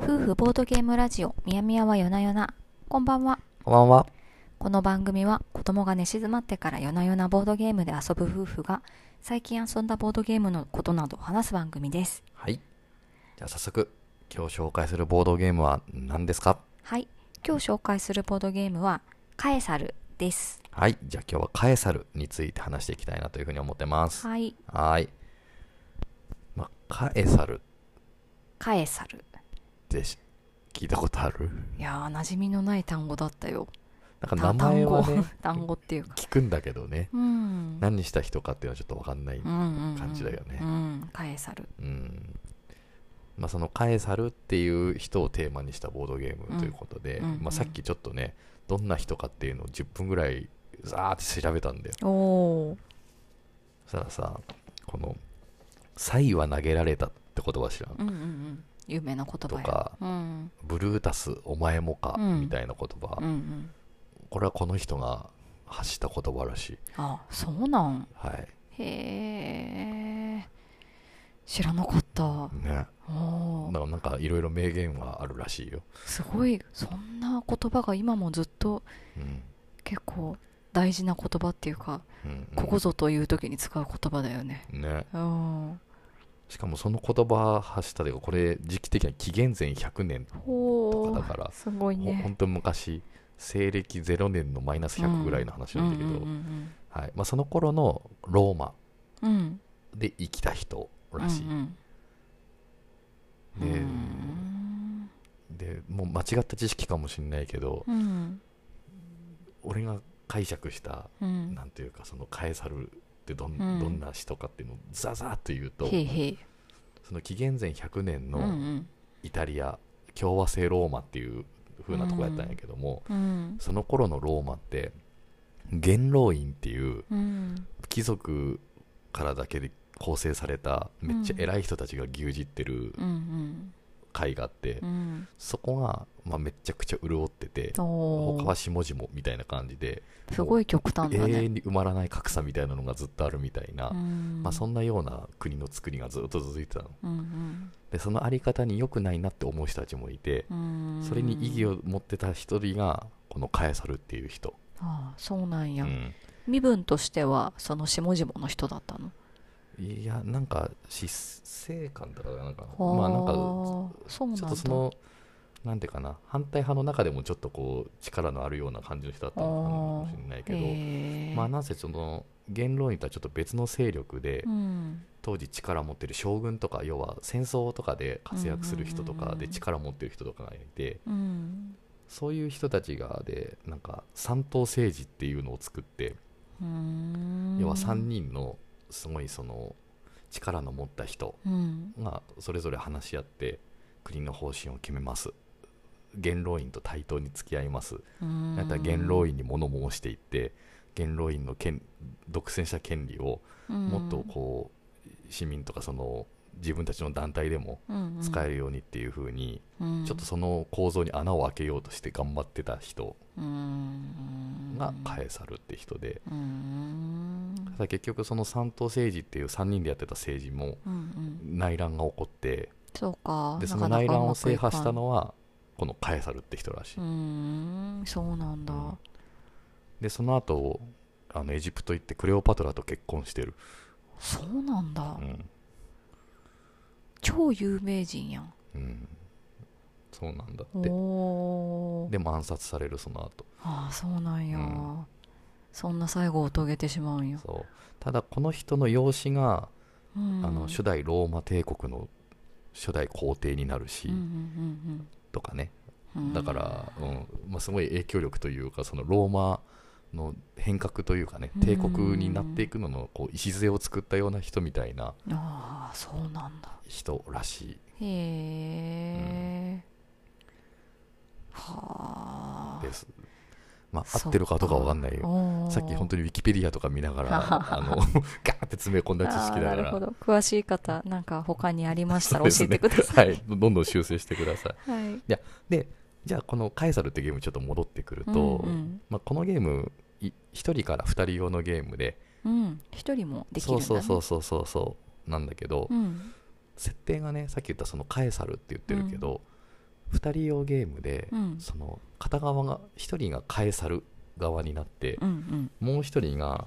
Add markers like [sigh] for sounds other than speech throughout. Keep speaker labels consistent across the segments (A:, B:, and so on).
A: F ボードゲームラジオみやみやは夜な夜なこんばんは
B: こんばんは。
A: この番組は子供が寝静まってから夜な夜なボードゲームで遊ぶ夫婦が最近遊んだボードゲームのことなどを話す番組です
B: はい。じゃあ早速、今日紹介するボードゲームは何ですか
A: はい今日紹介するボードゲームはカエサルです
B: はい。じゃあ今日はカエサルについて話していきたいなというふうに思ってます。は
A: はい
B: ーい。まあ、カエサルっ
A: カエサル
B: てし聞いたことある
A: いやー馴染みのない単語だったよ
B: なんか名前はね、
A: 単単語 [laughs] って
B: [laughs]
A: いうか
B: 聞くんだけどね。
A: うん
B: 何した人かっていうのはちょっとわかんない。
A: 感
B: 感じだよね
A: うんカエサル
B: うん。まあ、そのカエサルっていう人をテーマにしたボードゲームということで、
A: うんうんうん
B: まあ、さっきちょっとね、どんな人かっていうのを10分ぐらいザーって調べたんだよ。
A: おお
B: そしたらさこの「サイは投げられた」って言葉知らん、
A: うんうんうん有名な言葉
B: と
A: や
B: か
A: うん
B: ブルータスお前もか」
A: うん
B: みたいな言葉、
A: うんうん
B: これはこの人が発した言葉らしい
A: あそうなん
B: はい
A: へえ知らなかったお
B: ね
A: ー
B: ななんかいろいろ名言はあるらしいよ、
A: すごいそんな言葉が今もずっと
B: うん
A: 結構大事な言葉っていうか
B: うんうん
A: ここぞという時に使う言葉だよね
B: ね
A: うん
B: しかもその言葉発したというかこれ時期的には紀元前100年
A: ほ
B: とかだ
A: う
B: から
A: すごい
B: ほほん
A: ね
B: と昔西暦0年のマイナス100ぐらいの話なんだけど、
A: うん
B: はいまあ、その頃のローマ
A: うんうん
B: で生きた人
A: うん
B: らしい、
A: うんう
B: で
A: ん
B: でもう間違った知識かもしれないけど、
A: うんうん
B: 俺が解釈した、
A: うん
B: なんていうかそのカエサルってどん,、
A: うん
B: どんな人かっていうのをザザーって言うと
A: へいへい
B: その紀元前100年
A: うんう
B: の
A: ん
B: イタリア共和制ローマっていう風なとこやったんやけども、
A: うん
B: その頃のローマって元老院っていう
A: うん
B: 貴族からだけで構成されためっちゃ偉い人たちが牛耳ってる
A: うんうん
B: 会があって、
A: うん
B: そこが、まあ、めちゃくちゃ潤ってて
A: お
B: 他
A: ー
B: は下々みたいな感じです
A: ごい極端だ
B: 永
A: ね
B: 遠に埋まらない格差みたいなのがずっとあるみたいな、ま
A: ま
B: あ、そ
A: ん
B: んなような国の作りがずっと続いてたの
A: うん
B: でそのあり方に良くないなって思う人たちもいて
A: うん、
B: それに意義
A: を
B: を持ってた一人がこのカエサルっていう人、
A: ああそうなんや、
B: うん
A: 身分としてはその下々の人だったの
B: いやなんか失勢感だからなんか
A: あ
B: まあなんか
A: あそうなんだ
B: ちょっとそのなんていうかな反対派の中でもちょっとこう力のあるような感じの人だったのかもしれないけど、
A: へえ
B: まあなんせその元老院とはちょっと別の勢力で、
A: うん
B: 当時力を持ってる将軍とか要は戦争とかで活躍する人と
A: うんうん
B: か
A: うんう
B: で
A: ん
B: 力を持ってる人とかがいて
A: うん
B: そういう人たちがでなんか三党政治っていうのを作って
A: うん
B: 要は3人のすごいその力の持った人
A: うん
B: がそれぞれ話し合って国の方針を決めます元老院と対等に付き合います
A: うん
B: なんか元老院に物申していって元老院の権独占した権利をもっとこう市民とかその自分たちの団体でも
A: うん
B: 使え
A: る、
B: るようにっていう風に
A: うん、
B: ちょっとその構造に穴を開けようとして頑張ってた人
A: うん
B: がカエサルって人で
A: うん
B: ただ結局その三党政治っていう3人でやってた政治も
A: うんうん
B: 内乱が起こって
A: そうか
B: でそ
A: なか
B: の
A: なか
B: 内乱
A: う
B: を
A: まく
B: 制
A: いかん
B: 覇したのはこのカエサルって人らしいう
A: ーんそうなんだ、
B: うんでその後あのエジプト行ってクレオパトラと結婚してる、
A: そうなんだ、
B: うん
A: 超有名人やん
B: うん、そうなんだって
A: おお
B: でも暗殺されるその後
A: ああそうなんや、
B: うん
A: そんな最後を遂げてしまうんや、
B: そうただこの人の養子が、
A: うん、
B: あの初代ローマ帝国の初代皇帝になるし、
A: うんうん
B: とかね
A: うんうん
B: だから、うんまあ、すごい影響力というかそのローマの変革というかね帝国になっていくののこう礎を作ったような人みたいな
A: うんああそうなんだ
B: 人らし
A: へ
B: い
A: え、はあ
B: です。まあ、
A: そっか
B: 合ってるかどうかわかんないよ。さっき本当
A: に
B: にウィキペディアとか見なが
A: [laughs]
B: ら、あの、ガーって詰め込んだ知識だ
A: な
B: か
A: る
B: ら
A: ほ。ど詳しい方なんか他にありましたら教
B: そ
A: え
B: うで
A: て
B: す
A: く
B: ね
A: ださい、
B: はい。どんどん修正してください。
A: はい
B: で、じゃあこのカエサルってゲームにちょっと戻ってくると、
A: うん
B: まあ、このゲーム、い1人から2人用のゲームで、
A: うんうん一人もできる
B: そ
A: ん
B: う
A: だ、ね、
B: そうそうそうそうそう、なんだけど、
A: うん
B: 設定がね、さっき言ったそのカエサルって言ってるけど、 2人用ゲームで、
A: うん
B: その片側が1人がカエサル側になって
A: う、ん
B: もう1人が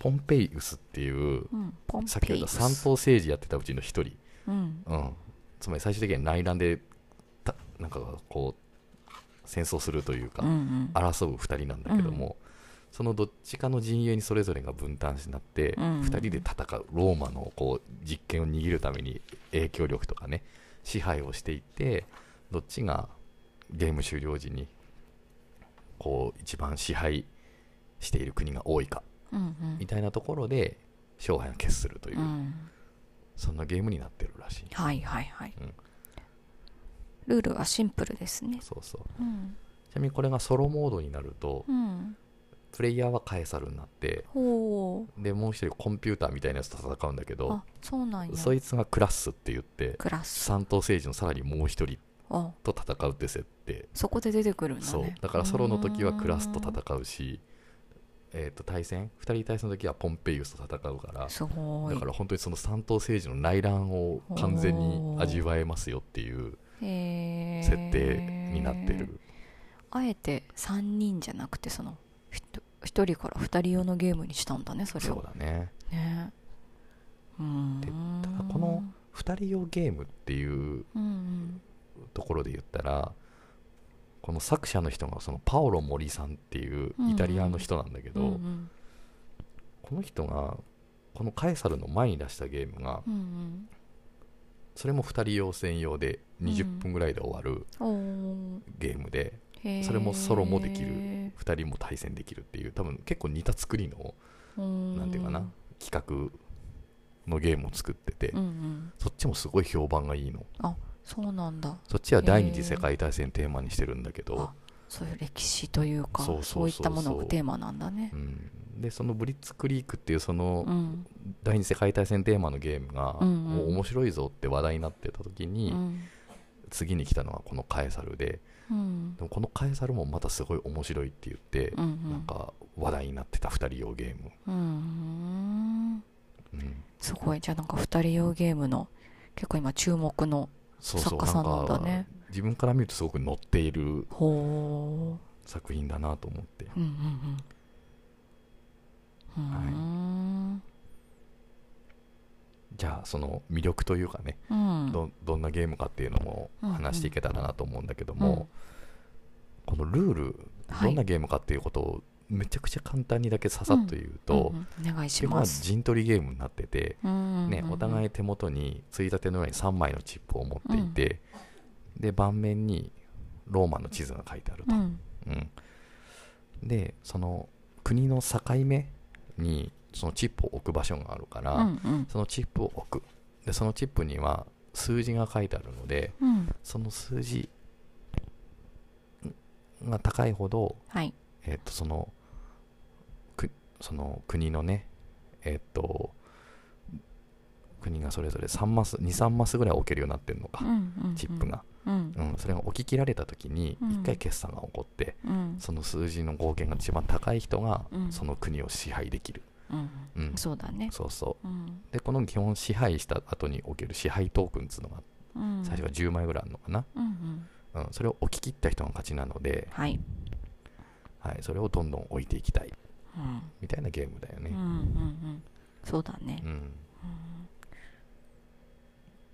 B: ポンペイウスっていう
A: うんうんポンペイウス
B: さっき言った三島政治やってたうちの1人、
A: うん
B: うん、つまり最終的には内乱でたなんかこう戦争するというか、
A: うんうん
B: 争う2人なんだけども、そのどっちかの陣営にそれぞれが分担しなって、
A: うん
B: 2人で戦うローマのこう実権を握るために影響力とかね支配をしていってどっちがゲーム終了時にこう一番支配している国が多いか
A: うん
B: みたいなところで勝敗を決するという、
A: うんうん
B: そんなゲームになってるらしい。
A: はいはいはい
B: うん
A: ルールはシンプルですね
B: そうそう
A: うん
B: ちなみにこれがソロモードになると、
A: うん
B: プレイヤーはカエサルになって
A: ほ
B: でもう一人コンピューターみたいなやつと戦うんだけ
A: う
B: ど
A: あそうなんや
B: そいつがクラッスって言って
A: クラス
B: 三島政治のさらにもう一人
A: あ
B: と戦うって設定
A: そこで出てくるんだね
B: そうだからソロの時はクラスと
A: う
B: 戦うしえーと対戦2人対戦の時はポンペイウスと戦うから
A: ーんすごい
B: だから本当にその三島政治の内乱を完全に味わえますよっていう
A: へー
B: 設定になってる、
A: あえて3人じゃなくてその1人から2人用のゲームにしたんだねそれ
B: そう
A: を
B: だね
A: ねうーん
B: でただこの2人用ゲームっていう
A: うん
B: ところで言ったらこの作者の人がそのパオロ・モリさんっていう
A: うんうん
B: イタリアの人なんだけ
A: う
B: ど、
A: んうん
B: この人がこのカエサルの前に出したゲームが
A: うんうん
B: それも2人用専用で20分ぐらいで終わる
A: うんおー
B: ゲームで
A: へー
B: それもソロもできる2人も対戦できるっていう多分結構似た作りの
A: うーん
B: なんていうかな企画のゲームを作ってて、
A: うんうん
B: そっちもすごい評判がいいの
A: そうなんだ
B: そっちは第二
A: へー
B: 次世界大戦テーマにしてるんだけど、
A: あそういう歴史というか
B: そうそ
A: そう
B: うそうそう
A: いったものがテーマなんだね
B: うん、でそのブリッツクリークっていうその、
A: うん
B: 第二次世界大戦テーマのゲームが、
A: うんうん
B: もう面白いぞって話題になってた時に、
A: うん
B: 次に来たのがこのカエサルで
A: うん
B: でもこのカエサルもまたすごい面白いって言って、
A: うんう
B: なん
A: ん
B: か話題になってた2人用ゲーム、
A: うーん
B: うん
A: すごいじゃあなんか2人用ゲームの結構今注目の
B: そうそう
A: 作家さんなんだね
B: か自分から見るとすごく乗っている
A: ほ
B: 作品だなと思って
A: ううんうんうん
B: はい
A: ー
B: う
A: ん
B: じゃあその魅力というかね、
A: うん
B: どどんなゲームかっていうのも話していけたらなと思うんだけど
A: うん
B: も、このルール
A: はい
B: どんなゲームかっていうことをめちゃくちゃ簡単にだけささっと言うと、
A: うんうんお願い
B: 基
A: し
B: 本は
A: ます
B: 陣取りゲームになってて、ね
A: ね
B: お互
A: い
B: い手元についたてのように3枚のチップを持っていて、で盤面にローマの地図が書いてあると、
A: うん
B: うんでその国の境目にそのチップを置く場所があるから、
A: うんうん
B: そのチップを置くでそのチップには数字が書いてあるので
A: うん
B: その数字が高いほど
A: はい
B: えっと、その、くその国のね、えっと、国がそれぞれ3マス、2、3マスぐらい置けるようになってるのか、チップが。
A: うん
B: うん、それが置き切られた時に、
A: うん
B: 1回決算が起こって、
A: うん
B: その数字の合計が一番高い人が
A: う、ん
B: その国を支配できる。
A: うん
B: うん、
A: そうだね
B: そうそう
A: うん
B: う。で、この基本支配した後に置ける支配トークンっていうのが、
A: うん
B: 最初は10枚ぐらいあるのかな。
A: うんうん
B: うん、それを置き切った人が勝ちなので、
A: はい
B: はい、それをどんどん置いていきたい、
A: うん
B: みたいなゲームだよね。
A: うんうんうんそうだね
B: うん、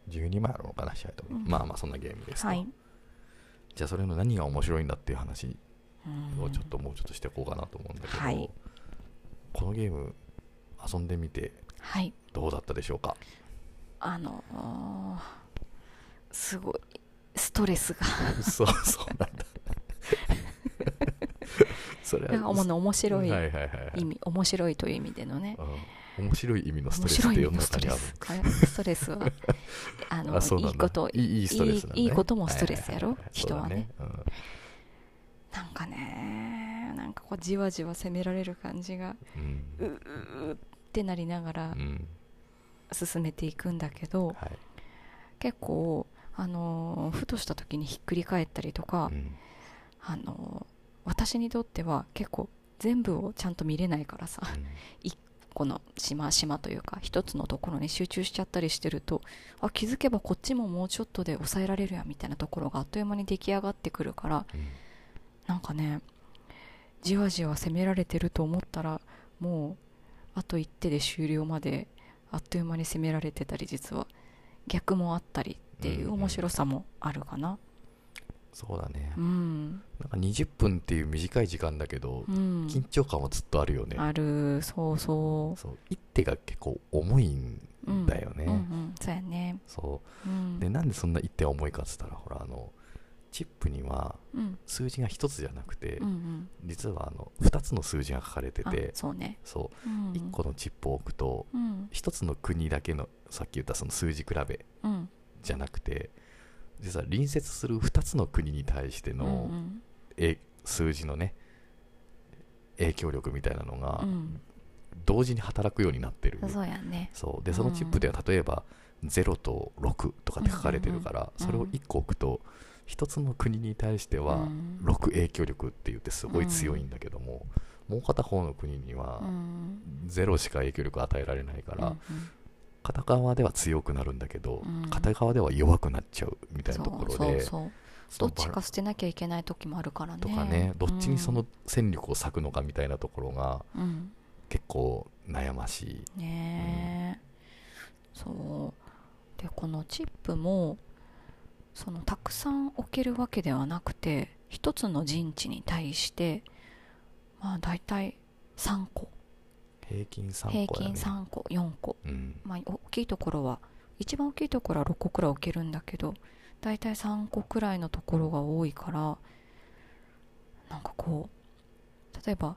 B: 12枚あるのかな試合と、
A: うん
B: まあまあそんなゲームですと、
A: はい
B: じゃあそれの何が面白いんだっていう話
A: うん
B: をちょっともうちょっとしていこうかなと思うんだけど、
A: はい
B: このゲーム遊んでみて
A: はい
B: どうだったでしょ
A: [laughs]
B: うか
A: あのーすごいストレスが
B: そうそうなんだ [laughs] それ
A: なんか主な面白い
B: はいはいはいはい
A: 意味面白いという意味でのね
B: うん面白い意味のスト
A: 面
B: レスっ
A: 白
B: て
A: い
B: 世
A: の
B: の
A: スト
B: 中
A: レ
B: にあ
A: スあれ
B: る
A: ストレスはあの
B: [laughs] あそう
A: い
B: なんだ
A: いこと
B: いいいいストレスなんだね
A: いいいいこともストレスやろ
B: いいい
A: 人はね
B: そうだね
A: なんかねなんかこうじわじわ攻められる感じが
B: うん
A: うううってなりなが
B: う
A: ら
B: ん、うん
A: 進めていくんだけど
B: はい
A: 結構あのーふとした時にひっくり返ったりとか
B: うん
A: あのー私にとっては結構全部をちゃんと見れないからさ
B: うん
A: 一この島島というか一つのところに集中しちゃったりしてるとあ気づけばこっちももうちょっとで抑えられるやみたいなところがあっという間に出来上がってくるからなんかねじわじわ攻められてると思ったらもうあと一手で終了まであっという間に攻められてたり実は逆もあったりっていう
B: うんうん
A: 面白さもあるかな。
B: そうだね、
A: うん、
B: なんか20分っていう短い時間だけど、
A: うん
B: 緊張感はずっとあるよね
A: あるそうそ
B: そう一手が結構重いん
A: う、うん、
B: だよね、
A: うんうんそうやね
B: そううんでなんでそんな一手が重いかっつったらほらあのチップには
A: うん
B: 数字が1つじゃなくて、
A: うんうん
B: 実はあの2つの数字が書かれて
A: あ
B: て
A: そうね
B: そううん1個のチップを置くと
A: うん
B: 1つの国だけのさっき言ったその数字比べ
A: うん
B: じゃなくて実は隣接する2つの国に対しての、
A: うん
B: え数字のね影響力みたいなのが
A: うん
B: 同時に働くようになってる、
A: うんそうやね
B: そうでそのチップでは例えば0と6とかって書かれてるから、
A: うんうん
B: それを1個置くと1つの国に対して
A: う
B: は
A: ん
B: 6影響力って言ってすごい強いんだけども、もう片方の国には
A: うん
B: 0しか影響力与えられないから、
A: うんうん
B: 片側では強くなるんだけど、
A: うん
B: 片側では弱くなっちゃうみたいなところで
A: そうそう
B: そ
A: そうど
B: の
A: っち
B: バラ
A: か捨てなきゃいけない時もあるからね
B: とかねどっちにその戦力を割くのかみたいなところが
A: うん、うん
B: 結構悩ましい。
A: ねえ、そうでこのチップもそのたくさん置けるわけではなくて一つの陣地に対してまあ大体3個
B: 平均3
A: 平
B: 個だ
A: 均
B: ね
A: 3個4個
B: うん
A: まあ大きいところは一番大きいところは6個くらい置けるんだけど大体3個くらいのところが多いからなんかこう例えば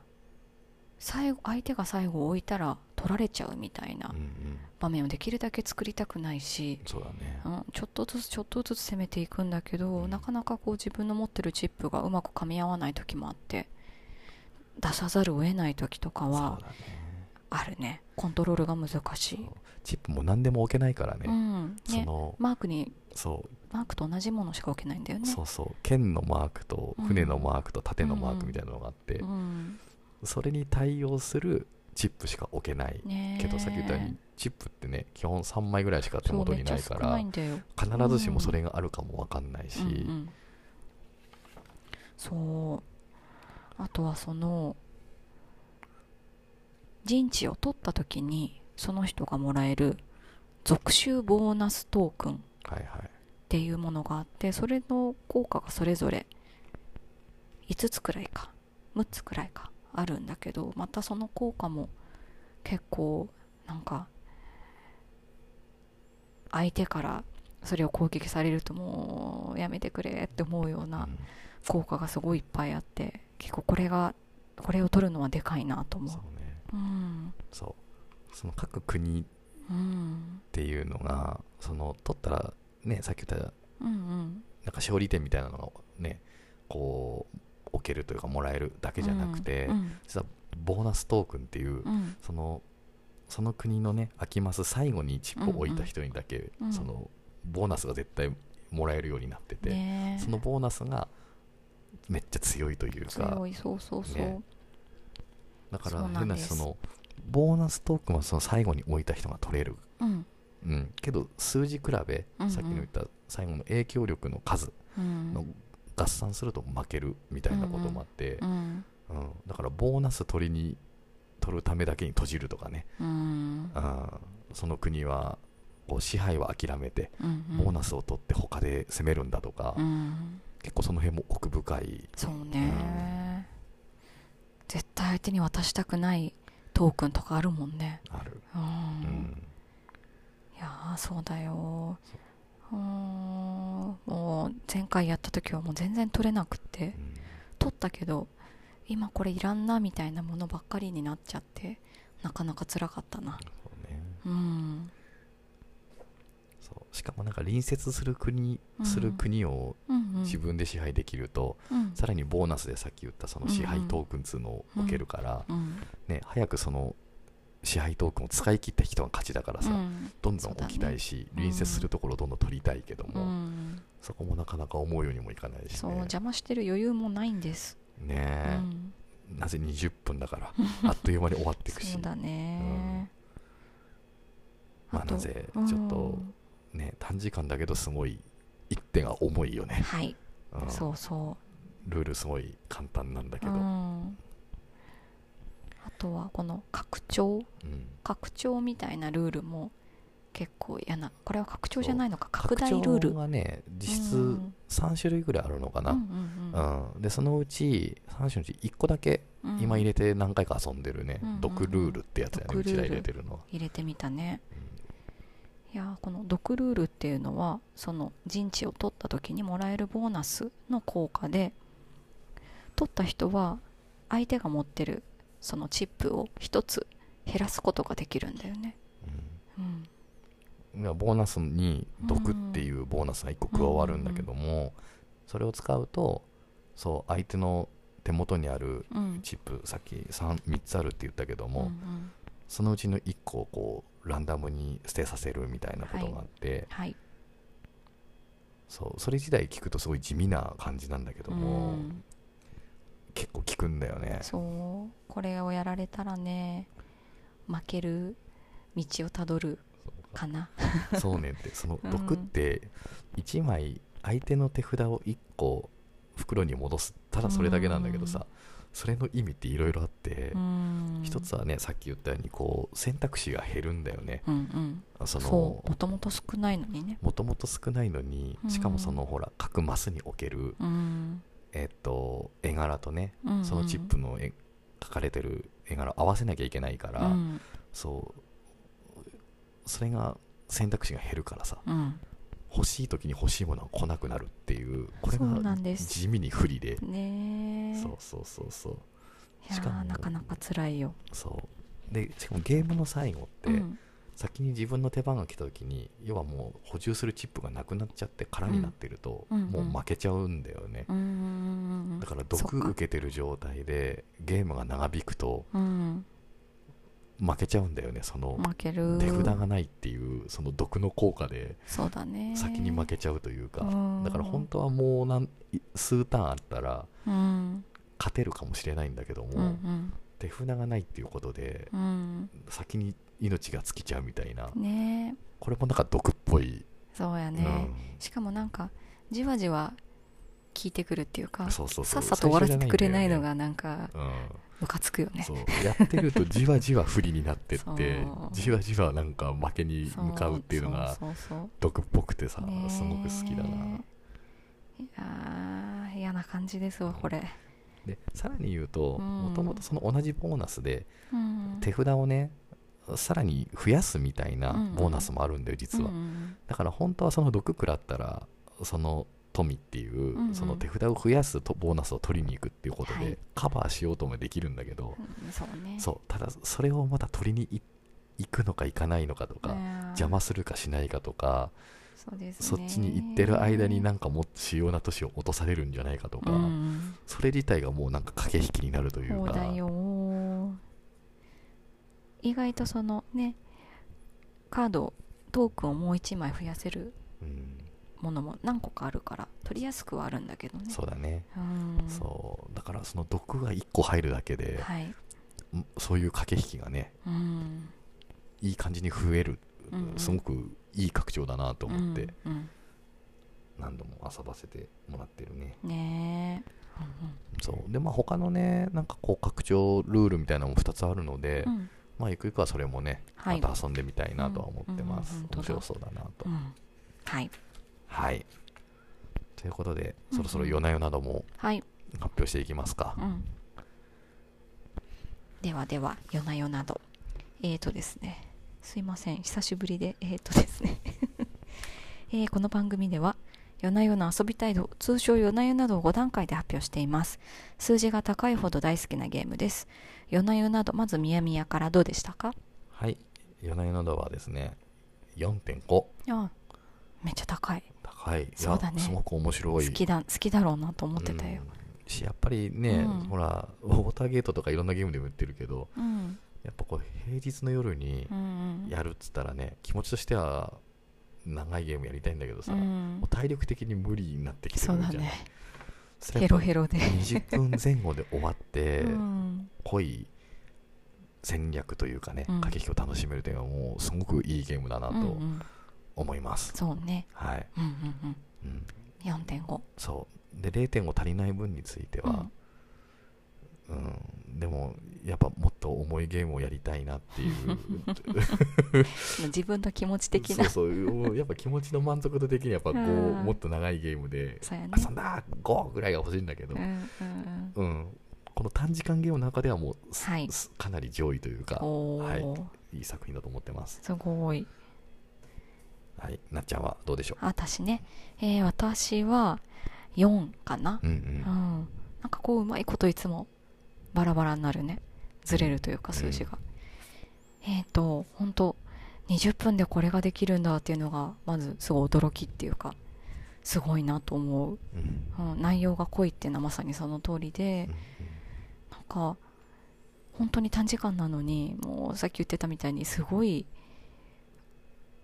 A: 最後相手が最後置いたら取られちゃうみたいな
B: うんうん
A: 場面をできるだけ作りたくないし、
B: そうだね
A: うん、ちょっとずつちょっとずつ攻めていくんだけど、
B: うん
A: なかなかこう自分の持ってるチップがうまく噛み合わない時もあって出さざるを得ない時とかは
B: そうだね
A: あるねコントロールが難しい、
B: そうチップも何でも置けないからね、
A: うん
B: そ
A: ね、
B: の
A: マークに
B: そ
A: マークと同じものしか置けないんだよ
B: う
A: ね
B: そうそう剣のマークと
A: うん
B: 船のマークと盾のマークみたいなのがあって、
A: うん
B: それに対応するチップしか置けない
A: ねえ
B: けどさっき言ったようにチップってね基本3枚ぐらいしか手
A: そう
B: 元
A: め
B: に
A: っちゃ
B: ない
A: 少
B: か
A: な
B: ら
A: いんだよ
B: 必ずしもそれがあるかもわかんないし、
A: うんうん、そうあとはその陣地を取った時にその人がもらえる属州ボーナストークンっ
B: はいはい
A: ていうものがあってそれの効果がそれぞれ5つくらいか6つくらいかあるんだけどまたその効果も結構なんか相手からそれを攻撃されるともうやめてくれって思うような
B: うん
A: 効果がすごいいっぱいあって結構これがこれを取るのはでかいなと思
B: そううね
A: うん
B: そうその各国っ
A: うん
B: ていうのがその取ったらねさっき言った
A: うんうん
B: なんか勝利点みたいなのがねこう置けるというかもらえるだけじゃなくて、
A: うん
B: 実はボーナストークンっていう、
A: うん
B: そのその国のね空きマス最後にチップを置いた人にだけ、
A: うんうん
B: そのボーナスが絶対もらえるようになってて、
A: ねえ
B: そのボーナスがめっちゃ強いというか
A: 強いそうそうそう、
B: ねだか
A: そ
B: ら
A: うなん
B: 変な
A: で
B: 話
A: す
B: そのボーナストークンはその最後に置いた人が取れる、
A: うん
B: うん、けど数字比べ、
A: うんうん
B: さっきの言った最後の影響力の数
A: うん
B: の合算すると負けるみたいなこともあって
A: う、ん
B: うんだからボーナス取りに取るためだけに閉じるとかね、
A: うん
B: うん、その国はこう支配は諦めて
A: うん
B: ボーナスを取って他で攻めるんだとか、
A: うん
B: 結構その辺も奥深い、
A: そうね、絶対相手に渡したくないトークンとかあるもんね
B: ある、
A: うん、
B: うん
A: いやーそうだようーんもう前回やった時はもう全然取れなくって
B: うん
A: 取ったけど今これいらんなみたいなものばっかりになっちゃってなかなか辛かったな
B: そうね
A: うん
B: そうしかもなんか隣接する国,、
A: うん
B: する国を
A: うんうん
B: 自分で支配できると、
A: うん
B: さらにボーナスでさっき言ったその支配トークンっつうのを置けるから、
A: うん
B: ね、早くその支配トークンを使い切った人が勝ちだからさ、
A: うん
B: どんどん置きたい
A: そう
B: し、
A: だね
B: 隣接するところをどんどん取りたいけど
A: う
B: も、
A: ん
B: そこもなかなか思うようにもいかないしね
A: そう邪魔してる余裕もないんです
B: ねえ
A: うん
B: なぜ20分だからあっという間に終わっていくし
A: [laughs] そうだね、
B: まあ、
A: あと
B: なぜちょっと
A: うん
B: ね、短時間だけどすごい一手が重いよね、
A: はい、
B: うん
A: そうそ
B: ルールすごい簡単なんだ
A: う、
B: け
A: う
B: ど、うん
A: ん、あとはこの拡張拡張みたいなルールも結構嫌なこれは拡張じゃないのか拡大ルー
B: 拡
A: ル
B: 張がね実
A: う
B: 質
A: ん
B: 3種類ぐらいあるのかな、
A: う
B: うんん
A: うんうん
B: でそのうち3種のうち1個だけ
A: うん
B: 今入れて何回か遊んでるね、
A: うんうんうん
B: 毒ルールってやつやね
A: 毒
B: う
A: ルール
B: ちら入れてるのは、
A: 入れてみたねい
B: うん
A: やーこの毒ルールっていうのはその陣地を取った時にもらえるボーナスの効果で取った人は相手が持ってるそのチップを一つ減らすことができるんだよね、うん、
B: うんいやボーナスに毒っていうボーナスが1個加わるんだけども、それを使うとそう相手の手元にある
A: うん
B: チップさっき 3, 3つあるって言ったけども、
A: うんうん
B: そのうちの1個をこうランダムに捨てさせるみたいなことがあって、
A: はい
B: そうそれ自体聞くとすごい地味な感じなんだけども、
A: うん
B: 結構効くんだよね
A: そうこれをやられたらね負ける道をたどるかな
B: そうねってその
A: うん
B: 毒って1枚相手の手札を1個袋に戻すただそれだけなんだけどさ、
A: うん
B: それの意味っていろいろあって、
A: うん
B: 一つはねさっき言ったようにこう選択肢が減るんだよね
A: うんうん
B: そ
A: そ
B: の
A: うもともと少ないのにね
B: もともと少ないのにしかもそのほら各マスに置ける、
A: うん
B: えっと絵柄とね
A: うんうん
B: そのチップの絵書かれてる絵柄を合わせなきゃいけないから、
A: うん
B: そうそれが選択肢が減るからさ
A: うん
B: 欲しい時に欲しいものは来なくなるっていうこれ
A: そうな
B: が
A: んです
B: 地味に不利で
A: ねえ
B: そうそうそうそう
A: いや
B: しか
A: ー
B: も
A: なかなか辛いよ
B: そうでしかもゲームの最後って、
A: うん
B: 先に自分の手番が来た時に要はもう補充するチップがなくなっちゃって空になってると、
A: うんうんうん
B: もう負けちゃうんだよね、
A: うんうんうん
B: だから
A: そっ
B: 毒
A: か
B: 受けてる状態でゲームが長引くと
A: うん
B: 負けちゃうんだよねその
A: 負ける
B: 手札がないっていうその毒の効果で
A: そうだね
B: 先に負けちゃうというか、
A: うん
B: だから本当はもうなんい数ターンあったら
A: うん
B: 勝てるかもしれないんだけども、
A: うんうん
B: 手札がないっていうことで
A: うん
B: 先に命が尽きちゃうみたいな
A: ね
B: これもなんか毒っぽい、
A: えそうや
B: う
A: ね、
B: ん、
A: しかもなんかじわじわ効いてくるっていうか
B: そうそう
A: さ
B: そう
A: っさと終わらせてくれないの
B: 最初じゃんだよね
A: がなんか
B: うん
A: ムカつくよね
B: そうやってるとじわじわ不利になってっ
A: そう
B: てじわじわなんか負けに向かうっていうのが
A: そうそう
B: 毒っぽくて
A: そ
B: さ
A: うねえ
B: すごく好きだない
A: やー嫌な感じですわこれ、
B: でさらに言うと
A: うん
B: もともとその同じボーナスで
A: うん、
B: 手札をねさらに増やすみたいな
A: うん
B: ボーナスもあるんだよ実は
A: うんうん
B: だから本当はその毒食らったらその富ってい
A: うんう
B: うんその手札を増やすとボーナスを取りに行くっていうこと
A: は
B: で
A: い
B: カバーしようともできるんだけど
A: うんそうね
B: そうただそれをまた取りに行くのか行かないのかと
A: いや
B: か
A: ー
B: 邪魔するかしないかとか
A: そうですね
B: そっちに行ってる間になんかもっと主要な都市を落とされるんじゃないかとか、
A: うん
B: それ自体がもうなんか駆け引きになるとい
A: そうう
B: か
A: だよ意外とそのねカードトークンをもう一枚増やせる
B: うん、
A: ものも何個かあるから取りやすくはあるんだけどね
B: そうだね、
A: うん
B: そうだからその毒が1個入るだけで、
A: はい
B: んそういう駆け引きがね
A: うん
B: いい感じに増える、
A: うんうん
B: すごくいい拡張だなと思って、
A: うん
B: 何度も遊ばせてもらってるね
A: うんねえ
B: そうでまあ他のねなんかこう拡張ルールみたいなのも2つあるので、
A: うんうんうん
B: まあゆくゆくはそれもね
A: は
B: ま
A: い
B: た遊んでみたいなとは思ってます、
A: うんうんうん
B: 面白そうだなと
A: うんはい
B: はい。ということで、
A: うん
B: そろそろ夜な夜なども
A: はい
B: 発表していきますか。
A: うんではでは夜な夜などえーとですねすいません久しぶりでえーとですね、 [laughs] えーこの番組では夜な夜な遊び態度通称夜な夜などを5段階で発表しています数字が高いほど大好きなゲームです夜な夜などまずみやみやからどうでしたか
B: はい。夜な夜などはですね、4.5。
A: あめっちゃ高い
B: 高い。いや
A: そうだね
B: すごく面白
A: 好
B: い。
A: きだ好きだろうなと思ってたよ
B: うんし、やっぱりね、
A: うん
B: ほら、ウォーターゲートとかいろんなゲームでも言ってるけど、
A: うん
B: やっぱこう、平日の夜に
A: うんうん
B: やるっつったらね、気持ちとしては、長いゲームやりたいんだけどさ、
A: う
B: も
A: ん
B: う体力的に無理になってきて
A: そ
B: る
A: う
B: じゃ
A: だ
B: ん。
A: ね
B: そ
A: ヘ
B: やっぱ
A: ロヘロで、
B: 20分前後で終わって、
A: [laughs] うん、
B: 濃い戦略というかね、
A: うん
B: 駆け引きを楽しめるというのはもうすごくいいゲームだな
A: うんう
B: と
A: ん
B: 思います、
A: そうね
B: はい、
A: うんうん
B: うん、
A: うん4.5
B: そうで0.5足りない分について
A: う
B: は
A: ん、
B: うんでもやっぱもっと重いゲームをやりたいなっていう
A: [laughs] 自分の気持ち的な
B: そうそうやっぱ気持ちの満足度的にやっぱこ
A: [laughs]
B: う
A: うん
B: もっと長いゲームで
A: そうやね
B: 遊んだ5ぐらいが欲しいんだけど
A: うん、うんうん
B: うん、この短時間ゲームの中ではもうす、
A: はい
B: すかなり上位というか、
A: お
B: は
A: ー
B: い、いい作品だと思ってます。
A: すごい
B: はい、なっちゃんはどうでしょ
A: あ私ね、えー私は4かな
B: う。うんう
A: うん
B: ん、
A: なんかこううまいこといつもバラバラになるねずれるというか
B: うん
A: 数字が、えっ、と本当20分でこれができるんだっていうのがまずすごい驚きっていうかすごいなと思う、
B: うんうん
A: うん、内容が濃いっていうのはまさにその通りで、なんか本当に短時間なのにもうさっき言ってたみたいにすごい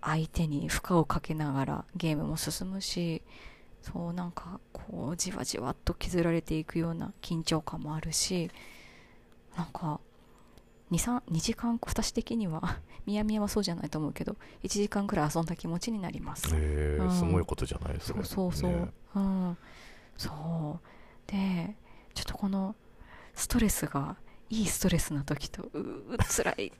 A: 相手に負荷をかけながらゲームも進むしそうなんかこうじわじわっと削られていくような緊張感もあるしなんか 2, 2時間私的には [laughs] みやみやはそうじゃないと思うけど1時間くらい遊んだ気持ちになります。
B: えー
A: うん
B: すごいことじゃないです
A: そ
B: か。
A: うそうそう、
B: ね
A: うんそうでちょっとこのストレスがいいストレスな時とうー辛いっ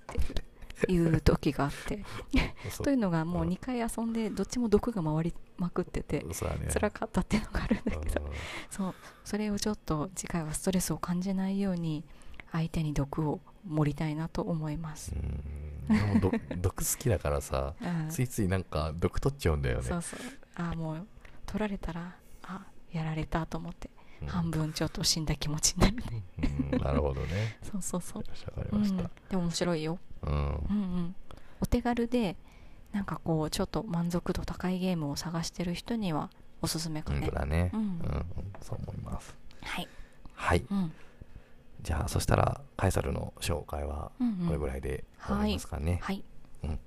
A: ていう時があって
B: [laughs] そう
A: というのがもう
B: うん
A: 2回遊んでどっちも毒が回りまくってて
B: そうだね。
A: 辛かったっていうのがあるんだけど
B: うん
A: そうそれをちょっと次回はストレスを感じないように相手に毒を盛りたいなと思います。
B: うんでもど [laughs] 毒好きだからさ、
A: うん
B: ついついなんか毒取っちゃうんだよね。
A: そうそうあーもう取られたらあやられたと思って
B: うん
A: 半分ちょっと死んだ気持ちになるね
B: うんなるほどね。
A: [laughs] そうそうそう
B: よ、しわかり
A: う
B: ま
A: ん、
B: し
A: で
B: た。
A: も面白いよ、
B: うん
A: うんうん、お手軽でなんかこうちょっと満足度高いゲームを探してる人にはおすすめか
B: 本
A: ね
B: 当だね。
A: う
B: うんん、そう思います。
A: はい、
B: はい。
A: うん、
B: じゃあ、そしたら、カエサルの紹介は、
A: うんうん
B: これぐらいで終わりますかね。
A: はい
B: うん。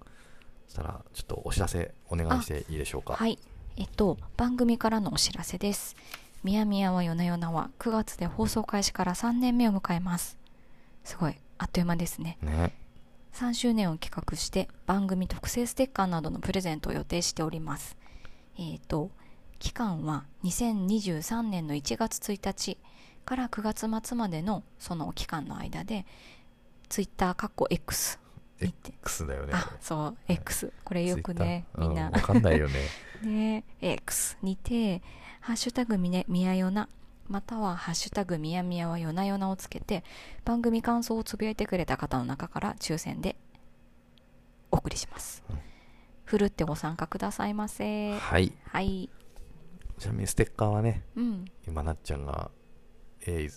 B: そしたら、ちょっとお知らせお願いしていいでしょうか。。
A: はいい。えっと、番組からのお知らせです。みやみやはよなよなは9月で放送開始から3年目を迎えます。すごい、あっという間ですね。
B: ね。
A: 3周年を企画して番組特製ステッカーなどのプレゼントを予定しておりますえっ、と期間は2023年の1月1日から9月末までのその期間の間で Twitter かっこ X 見て
B: X だよね。
A: あそう X これよくね
B: Twitter
A: みんな
B: うわかんないよね。
A: [laughs] ね X にて「ハッシュタグみ,、ね、みやよな」または「ハッシュタグみやみやはよなよな」をつけて番組感想をつぶやいてくれた方の中から抽選でお送りします
B: うん。
A: ふるってご参加くださいませ。
B: はい。
A: はい。
B: ちなみに、ステッカーはね、
A: うん。
B: 今、なっちゃんが、鋭意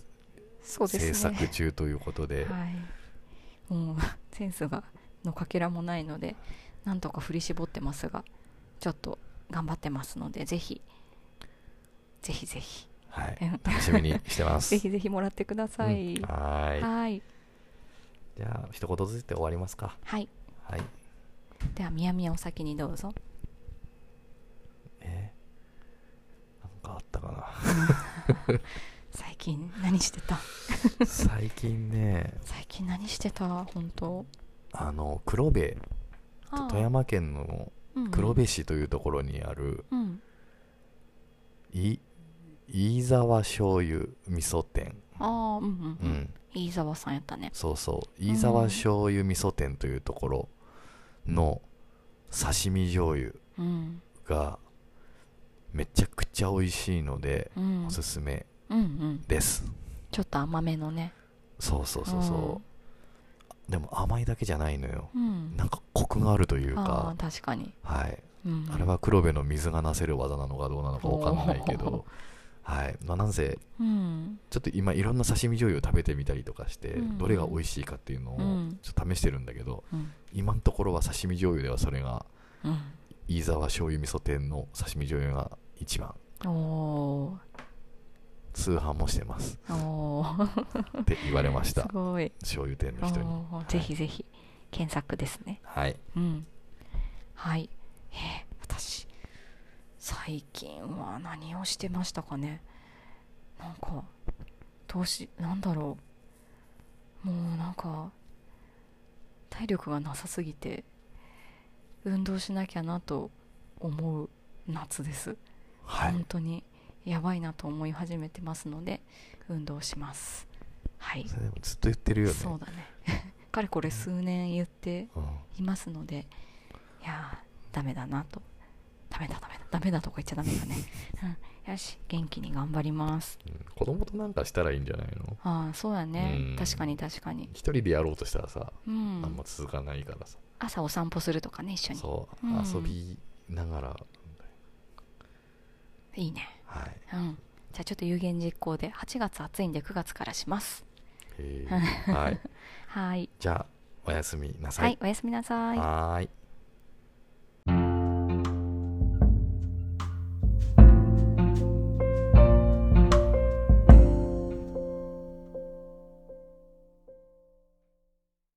A: そう
B: 制
A: ですね
B: 作。中ということで、
A: はい。もうセンスがのかけらもないので、なんとか振り絞ってますが、ちょっと頑張ってますので、ぜひ、ぜひぜひ、
B: はい。
A: うん
B: 楽しみにしてます。
A: [laughs] ぜひぜひもらってください。
B: うんは
A: はい。
B: い。じゃあ、一言ずつで終わりますか。
A: はい。
B: はい。
A: では、みやみやお先にどうぞ。
B: えーなんかあったかな。
A: 最近何してた
B: 最近ね、
A: 最近何してた本当。
B: あの、黒部、
A: ああ
B: 富、山県の
A: うんうん
B: 黒部市というところにある、
A: うん。
B: い飯沢醤油味噌店。
A: ああ、うんうん。
B: う
A: うんん、飯沢さんやったね。
B: そうそう。
A: ん
B: 飯沢醤油味噌店というところの刺身醤油
A: うん。
B: がめちゃくちゃ美味しいので、
A: うん。
B: おすすめ
A: うんうん。
B: です。
A: ちょっと甘めのね。
B: そうそうそうそう。でも甘いだけじゃないのよ。
A: うん。うん。
B: なんかコクがあるという
A: ああ
B: か、
A: 確かに、
B: はい。
A: うん、
B: あれは黒部の水がなせる技なのかどうなのかわかんないけど、はい。まあ、なんせ、
A: うん
B: ちょっと今いろんな刺身醤油を食べてみたりとかして、
A: うん
B: どれが美味しいかっていうのを
A: うん
B: ちょっと試してるんだけど、
A: うん
B: 今のところは刺身醤油ではそれが
A: う
B: 飯沢醤油味噌店の刺身醤油が一番
A: んお
B: 通販もしてます
A: ーおー
B: って言われま
A: [laughs]
B: し
A: す
B: た
A: ごい
B: 醤油店
A: お
B: の人に
A: ーぜひぜひ検索ですね
B: はい
A: うんはいえー私最近は何をしてましたかねなんかどうしなんだろうもうなんか体力がなさすぎて運動しなきゃなと思う夏です、
B: はい
A: 本当にやばいなと思い始めてますので運動しますはい、
B: それでもずっと言ってるよね
A: そうだね [laughs] かれこれ数年言って
B: うん
A: いますのでいやーダメだなとダメだダメだダメだとか言っちゃダメだ
B: [laughs]
A: ね、うん、よし元気に頑張ります
B: うん子供となんかしたらいいんじゃないの
A: ああそうだね
B: うん
A: 確かに確かに
B: 一人でやろうとしたらさ、
A: う
B: あんま
A: ん
B: 続かないからさ
A: 朝お散歩するとかね一緒に
B: そう、
A: うん
B: 遊びながら
A: いいね
B: はい
A: うんじゃあちょっと有言実行で8月暑いんで9月からします
B: へーはい
A: はい [laughs]
B: じゃあおやすみなさ
A: はい
B: い、
A: おやすみなさい
B: はーい